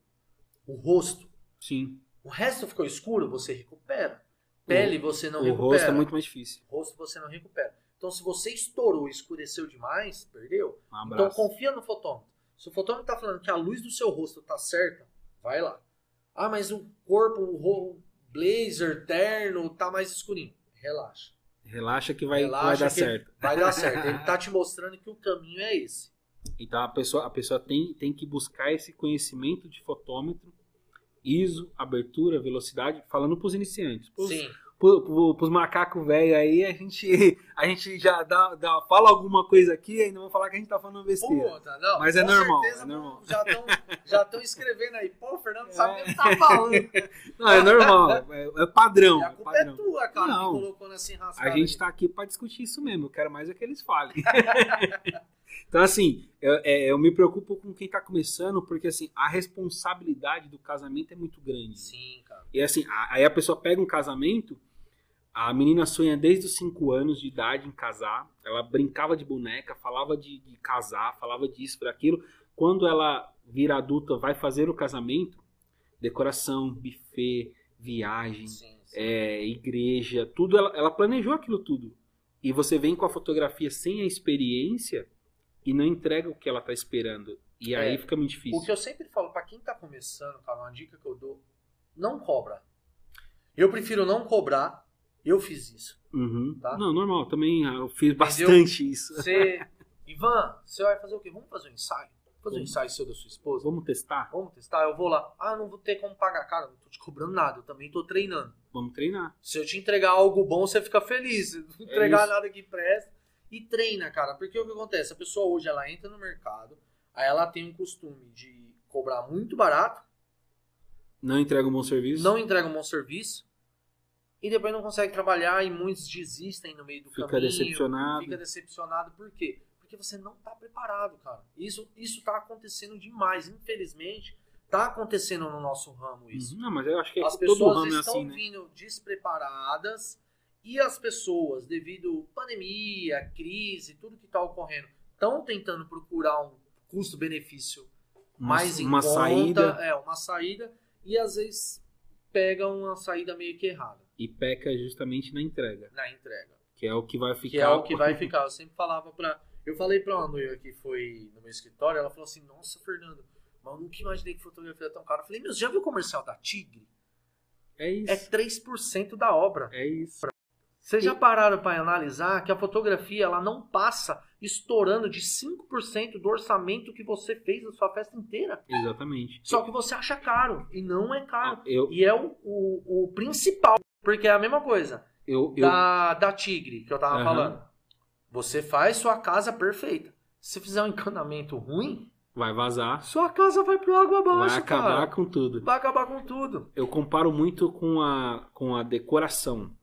Speaker 3: o rosto.
Speaker 2: Sim.
Speaker 3: O resto ficou escuro, você recupera. Pele você não
Speaker 2: o
Speaker 3: recupera.
Speaker 2: rosto é muito mais difícil.
Speaker 3: rosto você não recupera. Então se você estourou, escureceu demais, perdeu.
Speaker 2: Um
Speaker 3: Então
Speaker 2: abraço.
Speaker 3: confia no fotômetro. Se o fotômetro tá falando que a luz do seu rosto tá certa, vai lá. Ah, mas o corpo, o ro- blazer, terno, tá mais escurinho. Relaxa.
Speaker 2: Relaxa que vai,
Speaker 3: Relaxa
Speaker 2: vai dar
Speaker 3: que-
Speaker 2: certo.
Speaker 3: Vai dar certo. Ele tá te mostrando que o caminho é esse.
Speaker 2: Então a pessoa, a pessoa tem, tem que buscar esse conhecimento de fotômetro, ISO, abertura, velocidade, falando pros iniciantes. Pros,
Speaker 3: Sim.
Speaker 2: pro- pro- pros macacos velho aí, a gente, a gente já dá, dá- fala alguma coisa aqui, ainda vão falar que a gente tá falando besteira.
Speaker 3: Puta, não.
Speaker 2: Mas é
Speaker 3: com
Speaker 2: normal,
Speaker 3: certeza
Speaker 2: é normal. É.
Speaker 3: Já estão já tão escrevendo aí. Pô, o Fernando sabe o que tá falando. E
Speaker 2: Não, é normal, é, é padrão.
Speaker 3: a
Speaker 2: É
Speaker 3: culpa é
Speaker 2: padrão.
Speaker 3: tua, cara,
Speaker 2: Não.
Speaker 3: que colocou nessa enrascada.
Speaker 2: A gente
Speaker 3: aí.
Speaker 2: tá aqui pra discutir isso mesmo. Eu quero mais é que eles falem. então, assim, eu, é, eu me preocupo com quem tá começando, porque assim, a responsabilidade do casamento é muito grande.
Speaker 3: Sim, cara.
Speaker 2: E assim, a- aí a pessoa pega um casamento, a menina sonha desde os 5 anos de idade em casar, ela brincava de boneca, falava de, de casar, falava disso, daquilo. Quando ela vira adulta, vai fazer o casamento, decoração, buffet, viagem,
Speaker 3: Sim, sim.
Speaker 2: é, igreja, tudo, ela, ela planejou aquilo tudo. E você vem com a fotografia sem a experiência e não entrega o que ela tá esperando. E aí
Speaker 3: É.
Speaker 2: fica muito
Speaker 3: O que
Speaker 2: difícil.
Speaker 3: eu sempre falo pra quem tá começando, cara, uma dica que eu dou, não cobra. Eu prefiro não cobrar. Eu fiz isso.
Speaker 2: Uhum.
Speaker 3: Tá.
Speaker 2: Não, normal, também ah, eu fiz bastante isso.
Speaker 3: Você, Ivan, você vai fazer o quê? Vamos fazer um ensaio? Vamos fazer um
Speaker 2: Vamos.
Speaker 3: ensaio seu da sua esposa?
Speaker 2: Vamos testar?
Speaker 3: Vamos testar? Eu vou lá. Ah, não vou ter como pagar. Cara, não tô te cobrando nada. Eu também tô treinando.
Speaker 2: Vamos treinar.
Speaker 3: Se eu te entregar algo bom, você fica feliz. Se não entregar
Speaker 2: É isso.
Speaker 3: nada que presta. E treina, cara. Porque o que acontece? A pessoa hoje, ela entra no mercado, aí ela tem um costume de cobrar muito barato,
Speaker 2: Não entrega um bom serviço?
Speaker 3: não entrega um bom serviço, e depois não consegue trabalhar e muitos desistem no meio do
Speaker 2: Fica
Speaker 3: caminho.
Speaker 2: decepcionado.
Speaker 3: Fica decepcionado. Por quê? Porque você não tá preparado, cara. Isso, isso tá acontecendo demais. Infelizmente, tá acontecendo no nosso ramo isso.
Speaker 2: Uhum, Não, mas eu acho que é
Speaker 3: As
Speaker 2: todo
Speaker 3: pessoas
Speaker 2: ramo é
Speaker 3: estão
Speaker 2: assim, né?
Speaker 3: vindo despreparadas e as pessoas, devido à pandemia, crise, tudo que está ocorrendo, estão tentando procurar um custo-benefício
Speaker 2: Uma-
Speaker 3: mais em
Speaker 2: uma
Speaker 3: conta,
Speaker 2: saída
Speaker 3: é uma saída e às vezes pegam uma saída meio que errada
Speaker 2: e peca justamente na entrega,
Speaker 3: na entrega,
Speaker 2: que é o que vai ficar.
Speaker 3: que é o que vai ficar. Eu sempre falava para, eu falei para uma noiva que foi no meu escritório, ela falou assim: "Nossa, Fernando, mas eu nunca imaginei que fotografia era tão cara". Eu falei: "Meu, você já viu o comercial da Tigre?
Speaker 2: É
Speaker 3: É
Speaker 2: isso.
Speaker 3: 3% da obra".
Speaker 2: É isso.
Speaker 3: Vocês já pararam para analisar que a fotografia ela não passa estourando de 5% do orçamento que você fez da sua festa inteira?
Speaker 2: Exatamente.
Speaker 3: Só que você acha caro e não é caro.
Speaker 2: Ah, eu,
Speaker 3: E é o, o, o principal, porque é a mesma coisa
Speaker 2: eu, eu,
Speaker 3: da, da Tigre que eu tava
Speaker 2: Aham.
Speaker 3: falando. Você faz sua casa perfeita. Se fizer um encanamento ruim,
Speaker 2: vai vazar,
Speaker 3: sua casa vai pro água abaixo,
Speaker 2: vai acabar
Speaker 3: cara.
Speaker 2: com tudo.
Speaker 3: Vai acabar com tudo.
Speaker 2: Eu comparo muito com a, com a decoração.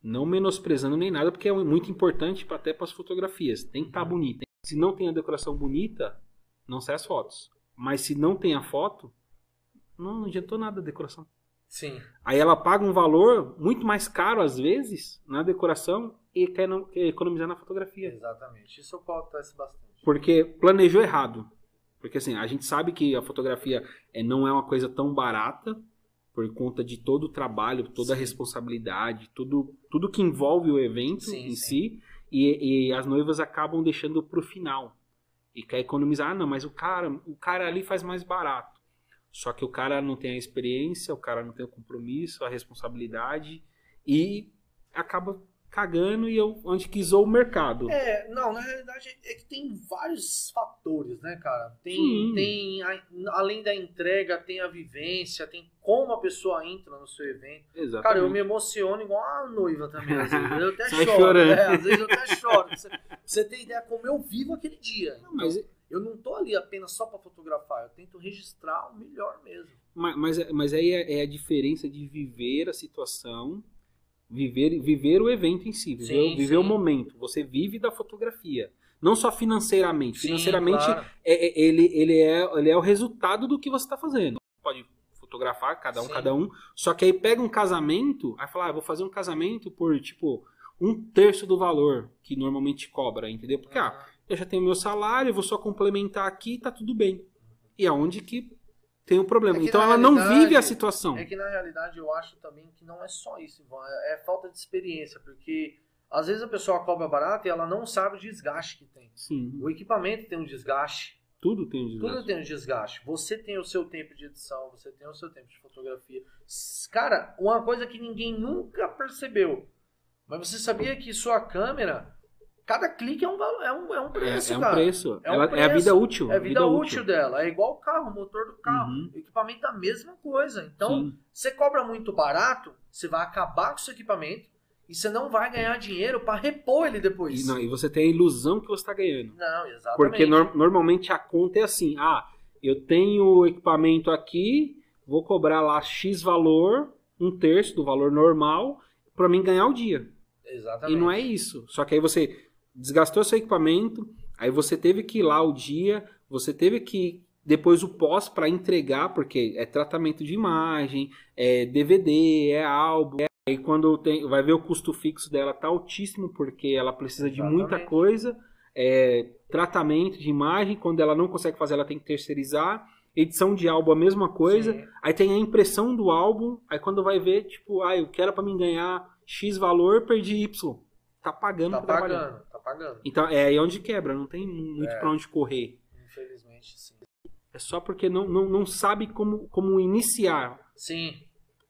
Speaker 2: Não menosprezando nem nada, porque é muito importante pra- até para as fotografias. Tem que estar
Speaker 3: Uhum.
Speaker 2: bonita. Se não tem a decoração bonita, não sai as fotos. Mas se não tem a foto, não adiantou nada a decoração.
Speaker 3: Sim.
Speaker 2: Aí ela paga um valor muito mais caro, às vezes, na decoração e quer, não- quer economizar na fotografia.
Speaker 3: Exatamente. Isso acontece bastante.
Speaker 2: Porque planejou errado. Porque assim, a gente sabe que a fotografia eh, não é uma coisa tão barata por conta de todo o trabalho, toda a
Speaker 3: Sim.
Speaker 2: responsabilidade, tudo, tudo que envolve o evento
Speaker 3: Sim,
Speaker 2: em
Speaker 3: sim.
Speaker 2: si. E, e as noivas acabam deixando pro final. E quer economizar. Ah, não, mas o cara, o cara ali faz mais barato. Só que o cara não tem a experiência, o cara não tem o compromisso, a responsabilidade. E acaba cagando e eu, onde quisou o mercado.
Speaker 3: É, não, na realidade é que tem vários fatores, né, cara? Tem,
Speaker 2: Sim.
Speaker 3: tem a- além da entrega, tem a vivência, tem como a pessoa entra no seu evento.
Speaker 2: Exatamente.
Speaker 3: Cara, eu me emociono igual a noiva também, às vezes. Eu até
Speaker 2: Sai
Speaker 3: choro.
Speaker 2: chorando.
Speaker 3: É, às vezes eu até choro. Pra Você, pra você ter ideia como eu vivo aquele dia.
Speaker 2: Não, mas
Speaker 3: Eu não tô ali apenas só pra fotografar, eu tento registrar o melhor mesmo.
Speaker 2: Ma- Mas, mas aí é, é a diferença de viver a situação, viver, viver o evento em si, viver,
Speaker 3: Sim,
Speaker 2: viver
Speaker 3: sim.
Speaker 2: o momento. Você vive da fotografia. Não só financeiramente. financeiramente,
Speaker 3: Sim, claro.
Speaker 2: é- é- ele, ele, é, ele é o resultado do que você está fazendo. Pode fotografar, cada um,
Speaker 3: Sim.
Speaker 2: cada um. Só que aí pega um casamento, aí fala, ah, vou fazer um casamento por, tipo, um terço do valor que normalmente cobra, entendeu? Porque, ah, eu já tenho meu salário, eu vou só complementar aqui e tá tudo bem. E é onde que tem o problema.
Speaker 3: É que
Speaker 2: então
Speaker 3: na
Speaker 2: ela não
Speaker 3: realidade,
Speaker 2: vive a situação.
Speaker 3: É que na realidade eu acho também que não é só isso, Ivan. É, é falta de experiência, porque às vezes a pessoa cobra barato e ela não sabe o desgaste que tem.
Speaker 2: Sim.
Speaker 3: O equipamento tem um desgaste.
Speaker 2: Tudo tem um desgaste.
Speaker 3: Tudo tem um desgaste. Você tem o seu tempo de edição, você tem o seu tempo de fotografia. S- Cara, uma coisa que ninguém nunca percebeu. Mas você sabia que sua câmera, cada clique é um, valo- é um, é um preço,
Speaker 2: é, é um
Speaker 3: cara.
Speaker 2: preço.
Speaker 3: É um
Speaker 2: Ela- é a
Speaker 3: preço.
Speaker 2: vida útil.
Speaker 3: É a vida, útil dela. É igual o carro, o motor do carro.
Speaker 2: Uhum.
Speaker 3: O equipamento é a mesma coisa. Então,
Speaker 2: Sim.
Speaker 3: você cobra muito barato, você vai acabar com o seu equipamento e você não vai ganhar dinheiro para repor ele depois.
Speaker 2: E, não, e você tem a ilusão que você está ganhando.
Speaker 3: Não, exatamente.
Speaker 2: Porque nor- normalmente a conta é assim: ah, eu tenho o equipamento aqui, vou cobrar lá X valor, um terço do valor normal, para mim ganhar o dia. E
Speaker 3: Exatamente.
Speaker 2: não é isso. Só que aí você desgastou seu equipamento, aí você teve que ir lá o dia, você teve que depois o pós para entregar, porque é tratamento de imagem, é DVD, é álbum. é- Aí quando tem, vai ver o custo fixo dela tá altíssimo, porque ela precisa de muita
Speaker 3: Exatamente.
Speaker 2: coisa. é, tratamento de imagem, quando ela não consegue fazer, ela tem que terceirizar. Edição de álbum, a mesma coisa.
Speaker 3: Sim.
Speaker 2: Aí tem a impressão do álbum, aí quando vai ver, tipo, ah, eu quero pra mim ganhar X valor, perdi Y. Tá pagando
Speaker 3: Tá
Speaker 2: pra trabalhar.
Speaker 3: pagando, É. tá pagando.
Speaker 2: Então é aí onde quebra, não tem muito pra onde correr.
Speaker 3: Infelizmente, sim.
Speaker 2: É só porque não, não, não sabe como, como iniciar.
Speaker 3: Sim,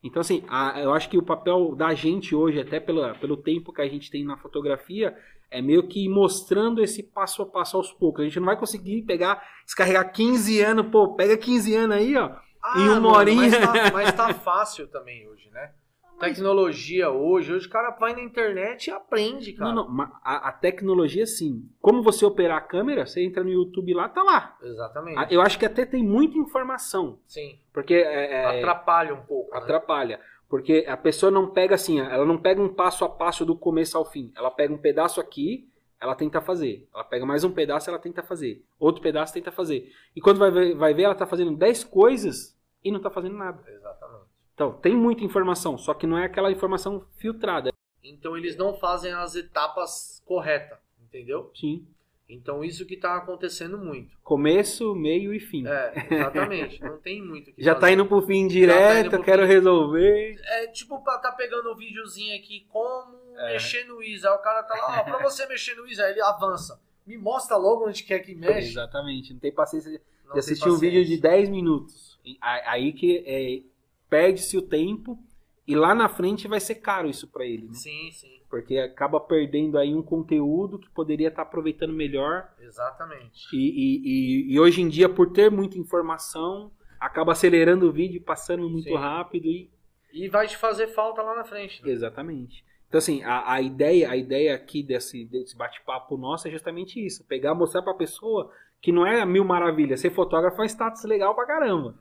Speaker 2: Então, assim, a- eu acho que o papel da gente hoje, até pela, pelo tempo que a gente tem na fotografia, é meio que ir mostrando esse passo a passo aos poucos. A gente não vai conseguir pegar, descarregar 15 anos, pô, pega 15 anos aí, ó.
Speaker 3: Ah,
Speaker 2: E uma
Speaker 3: mano,
Speaker 2: horinha.
Speaker 3: Mas tá, mas tá fácil também hoje, né? Tecnologia hoje, hoje o cara vai na internet e aprende, cara.
Speaker 2: Não, não, ma- a, a tecnologia sim. Como você operar a câmera, você entra no YouTube lá, tá lá.
Speaker 3: Exatamente.
Speaker 2: A- Eu acho que até tem muita informação,
Speaker 3: Sim.
Speaker 2: porque é, é,
Speaker 3: Atrapalha um pouco. né?
Speaker 2: atrapalha. Porque a pessoa não pega assim, ela não pega um passo a passo do começo ao fim. Ela pega um pedaço aqui, ela tenta fazer. Ela pega mais um pedaço, ela tenta fazer. Outro pedaço, tenta fazer. E quando vai ver, vai ver ela tá fazendo 10 coisas e não tá fazendo nada.
Speaker 3: Exatamente.
Speaker 2: Então, tem muita informação, só que não é aquela informação filtrada.
Speaker 3: Então eles não fazem as etapas corretas, entendeu?
Speaker 2: Sim.
Speaker 3: Então isso que tá acontecendo muito.
Speaker 2: Começo, meio e fim.
Speaker 3: É, exatamente. não tem muito o que
Speaker 2: Hum. Já
Speaker 3: fazer.
Speaker 2: tá indo pro fim
Speaker 3: Já
Speaker 2: direto,
Speaker 3: tá indo pro
Speaker 2: quero
Speaker 3: fim.
Speaker 2: resolver.
Speaker 3: É tipo, pra tá pegando um videozinho aqui, como
Speaker 2: É.
Speaker 3: mexer no ISO. Aí o cara tá lá, ó, pra você mexer no ISO, aí ele avança. Me mostra logo onde quer que mexe.
Speaker 2: É, Exatamente, não tem paciência de
Speaker 3: Não tem
Speaker 2: assistir um vídeo de
Speaker 3: paciência.
Speaker 2: 10 minutos. E a- Aí que é, perde-se o tempo e lá na frente vai ser caro isso pra ele, né?
Speaker 3: Sim, sim,
Speaker 2: Porque acaba perdendo aí um conteúdo que poderia estar aproveitando melhor.
Speaker 3: exatamente.
Speaker 2: E, e- e- e hoje em dia, por ter muita informação, acaba acelerando o vídeo, passando muito
Speaker 3: Sim.
Speaker 2: rápido e
Speaker 3: E vai te fazer falta lá na frente. né?
Speaker 2: Exatamente. Então, assim, a, a ideia a ideia aqui desse, desse bate-papo nosso é justamente isso: pegar, mostrar pra pessoa que não é mil maravilhas. Ser fotógrafo é um status legal pra caramba.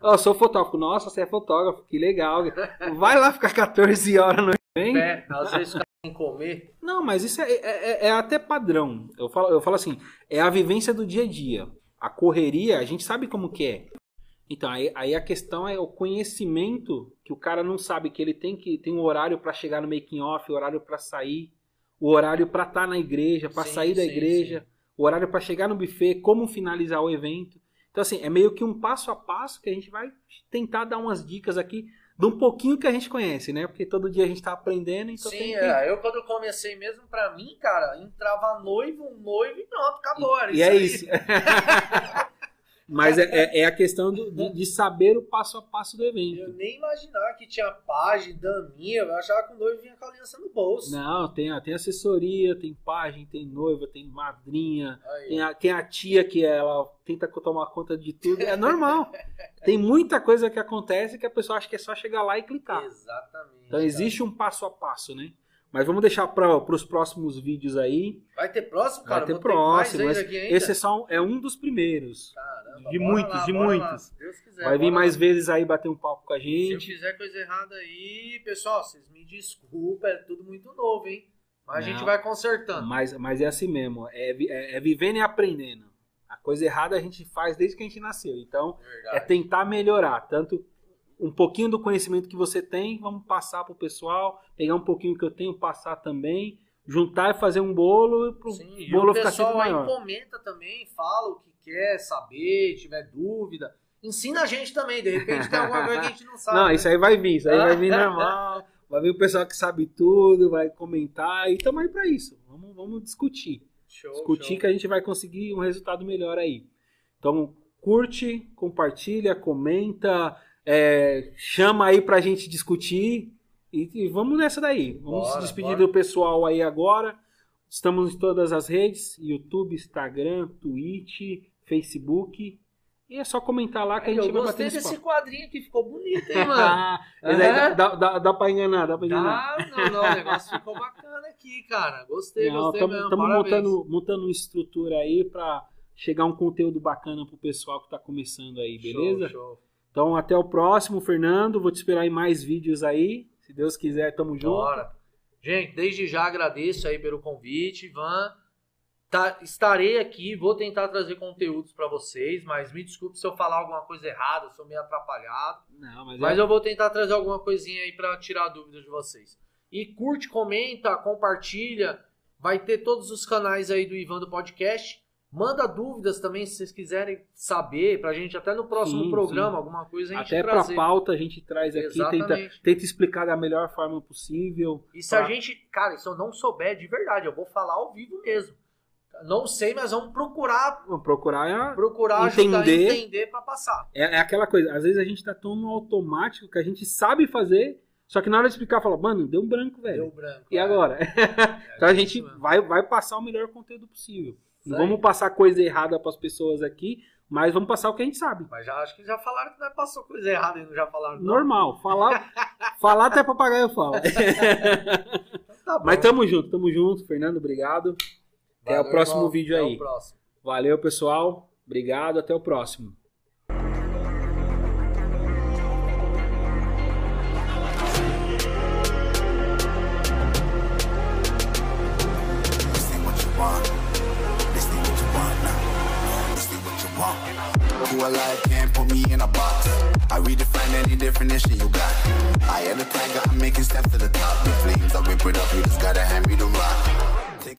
Speaker 2: Ó, Eu sou fotógrafo, nossa, você é fotógrafo, que legal. Vai lá ficar 14 horas no evento.
Speaker 3: Pé, às vezes o cara sem comer.
Speaker 2: Não, mas isso é, é- é- é até padrão. Eu falo, eu falo assim: é a vivência do dia a dia. A correria, a gente sabe como que é. Então, aí, aí a questão é o conhecimento que o cara não sabe que ele tem que tem um horário para chegar no making off, horário para sair, o horário para estar na igreja, para
Speaker 3: Sim,
Speaker 2: sair da
Speaker 3: sim,
Speaker 2: igreja, o horário para chegar no buffet, como finalizar o evento. Então assim, é meio que um passo a passo que a gente vai tentar dar umas dicas aqui de um pouquinho que a gente conhece, né? Porque todo dia a gente está aprendendo, então tem
Speaker 3: Sim,
Speaker 2: que
Speaker 3: é, eu quando comecei mesmo, pra mim, cara, entrava noivo, um noivo e pronto, acabou. era
Speaker 2: E é
Speaker 3: aí.
Speaker 2: isso. Mas é, é- é a questão do- de, de saber o passo a passo do
Speaker 3: Eu
Speaker 2: evento.
Speaker 3: nem imaginava que tinha página, daminha, eu achava que o noivo vinha com a aliança no bolso.
Speaker 2: Não, tem, a- tem assessoria, tem página, tem noiva, tem madrinha,
Speaker 3: Aí.
Speaker 2: tem a, tem a tia que ela tenta co- tomar conta de tudo. É normal. tem muita coisa que acontece que a pessoa acha que é só chegar lá e clicar.
Speaker 3: Exatamente.
Speaker 2: Então existe um passo a passo, né? Mas vamos deixar para os próximos vídeos aí.
Speaker 3: cara. Vai ter próximo,
Speaker 2: Vai
Speaker 3: cara?
Speaker 2: ter
Speaker 3: Vou
Speaker 2: próximo.
Speaker 3: mais
Speaker 2: mas
Speaker 3: ainda aqui ainda?
Speaker 2: Esse é, só, um- é um dos primeiros.
Speaker 3: Caramba,
Speaker 2: de
Speaker 3: bora
Speaker 2: muitos,
Speaker 3: lá,
Speaker 2: de
Speaker 3: bora
Speaker 2: muitos.
Speaker 3: Lá. se Deus quiser,
Speaker 2: Vai vir
Speaker 3: É, bora
Speaker 2: mais
Speaker 3: lá.
Speaker 2: vezes aí bater um papo com a
Speaker 3: Se eu
Speaker 2: gente.
Speaker 3: fizer coisa errada aí, pessoal, vocês me desculpem, é tudo muito novo, hein? Mas a gente
Speaker 2: Não.
Speaker 3: vai consertando.
Speaker 2: Mas, mas é assim mesmo, é, vi- é- é vivendo e aprendendo. A coisa errada a gente faz desde que a gente nasceu. Então, é
Speaker 3: Verdade.
Speaker 2: tentar melhorar. Tanto um pouquinho do conhecimento que você tem, vamos passar pro pessoal, pegar um pouquinho que eu tenho, passar também, juntar e fazer um bolo pro
Speaker 3: Sim, e
Speaker 2: bolo
Speaker 3: o
Speaker 2: ficar sempre
Speaker 3: pessoal aí
Speaker 2: maior.
Speaker 3: comenta também, fala o que quer saber, tiver dúvida. Ensina a gente também, de repente tem alguma coisa que a gente não sabe.
Speaker 2: Não,
Speaker 3: né?
Speaker 2: isso aí vai vir, isso aí
Speaker 3: Ah.
Speaker 2: vai vir normal. Vai vir o pessoal que sabe tudo, vai comentar e estamos aí para isso. Vamos, vamos discutir.
Speaker 3: Show,
Speaker 2: discutir
Speaker 3: show.
Speaker 2: que a gente vai conseguir um resultado melhor aí. Então, curte, compartilha, comenta, é, chama aí pra gente discutir. E, e vamos nessa daí. Vamos
Speaker 3: Bora,
Speaker 2: se despedir
Speaker 3: bora.
Speaker 2: do pessoal aí agora. Estamos em todas as redes: YouTube, Instagram, Twitch, Facebook. E é só comentar lá que a gente
Speaker 3: Eu
Speaker 2: vai bater
Speaker 3: gostei
Speaker 2: esse
Speaker 3: desse
Speaker 2: papo.
Speaker 3: quadrinho aqui, ficou bonito, hein,
Speaker 2: Ah,
Speaker 3: mano? Tá,
Speaker 2: Esse aí dá,
Speaker 3: Aham.
Speaker 2: dá, dá, dá pra enganar, dá pra enganar.
Speaker 3: Ah, não, não, o negócio ficou bacana aqui, cara. Gostei, gostei mesmo.
Speaker 2: Estamos
Speaker 3: parabéns.
Speaker 2: montando, montando uma estrutura aí pra chegar um conteúdo bacana pro pessoal que tá começando aí, beleza?
Speaker 3: Show, show.
Speaker 2: Então até o próximo, Fernando. Vou te esperar em mais vídeos aí. Se Deus quiser, tamo junto.
Speaker 3: Bora. Gente, desde já agradeço aí pelo convite, Ivan. Tá- estarei aqui, vou tentar trazer conteúdos pra vocês, mas me desculpe se eu falar alguma coisa errada, eu sou meio atrapalhado.
Speaker 2: Não, mas,
Speaker 3: Mas
Speaker 2: é...
Speaker 3: eu vou tentar trazer alguma coisinha aí pra tirar dúvidas de vocês. E curte, comenta, compartilha. Vai ter todos os canais aí do Ivan do podcast. Manda dúvidas também, se vocês quiserem saber, pra gente até no próximo
Speaker 2: Sim,
Speaker 3: programa,
Speaker 2: sim.
Speaker 3: alguma coisa a gente
Speaker 2: até pra
Speaker 3: trazer.
Speaker 2: pauta a gente traz aqui, tenta,
Speaker 3: Exatamente.
Speaker 2: tenta explicar da melhor forma possível.
Speaker 3: E se a gente, cara, se eu não souber de verdade, eu vou falar ao vivo mesmo. Não sei, mas vamos procurar,
Speaker 2: Vamos procurar. é-
Speaker 3: procurar ajudar a
Speaker 2: Entender.
Speaker 3: entender pra passar.
Speaker 2: É, é aquela coisa, às vezes a gente tá tão no automático que a gente sabe fazer, só que na hora de explicar, fala, mano, deu um branco, velho.
Speaker 3: Deu branco.
Speaker 2: E
Speaker 3: é.
Speaker 2: agora?
Speaker 3: É,
Speaker 2: Então a
Speaker 3: isso
Speaker 2: gente
Speaker 3: mesmo.
Speaker 2: vai, vai passar o melhor conteúdo possível.
Speaker 3: Isso
Speaker 2: Não
Speaker 3: aí.
Speaker 2: vamos passar coisa errada pras pessoas aqui, mas vamos passar o que a gente sabe.
Speaker 3: Mas já acho que já falaram que nós passou coisa errada e não já falaram. não.
Speaker 2: Normal. Falar, falar até papagaio fala.
Speaker 3: Tá bom.
Speaker 2: Mas tamo junto, tamo junto. Fernando, obrigado. até
Speaker 3: Valeu,
Speaker 2: o próximo
Speaker 3: irmão.
Speaker 2: vídeo
Speaker 3: Até
Speaker 2: aí.
Speaker 3: o próximo.
Speaker 2: Valeu, pessoal. Obrigado, até o próximo.
Speaker 1: This ain't what you want. This ain't what you want now. This ain't what you want. Who alive can't put me in a box. I redefine any definition you got. I am the tiger, I'm making steps to the top. The flames, I whip it up, you just gotta hand me the